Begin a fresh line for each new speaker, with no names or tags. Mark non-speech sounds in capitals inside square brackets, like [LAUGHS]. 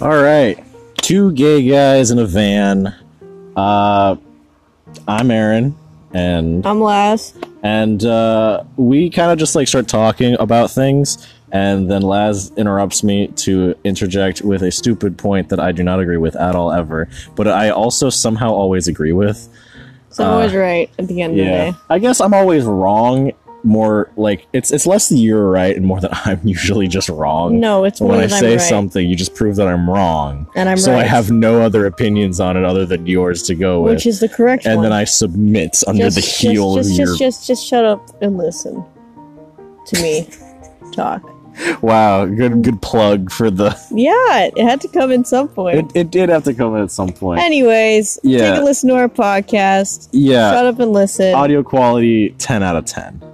All right. Two gay guys in a van. Uh, I'm Aaron, and
I'm Laz.
and uh, we kind of just like start talking about things, and then Laz interrupts me to interject with a stupid point that I do not agree with at all ever, but I also somehow always agree with.
So I'm
Uh,
always right at the end of the day.
I guess I'm always wrong. More like it's it's less that you're right and more that [LAUGHS] I'm usually just wrong.
No, it's
But
more
when I
that I'm
say
right.
something, you just prove that I'm wrong.
And I'm
so I
right.
have no other opinions on it other than yours to go with.
Which is the correct
and
one.
then I submit under the heel
just,
of
just,
your
just, just, just shut up and listen to me talk.
wow, good good plug for the.
Yeah, it had to come in some point.
It, it did have to come in at some point.
Anyways,
Yeah. Uh,
take a listen to our podcast.
yeah,
Shut up and listen.
audio quality ten out of ten.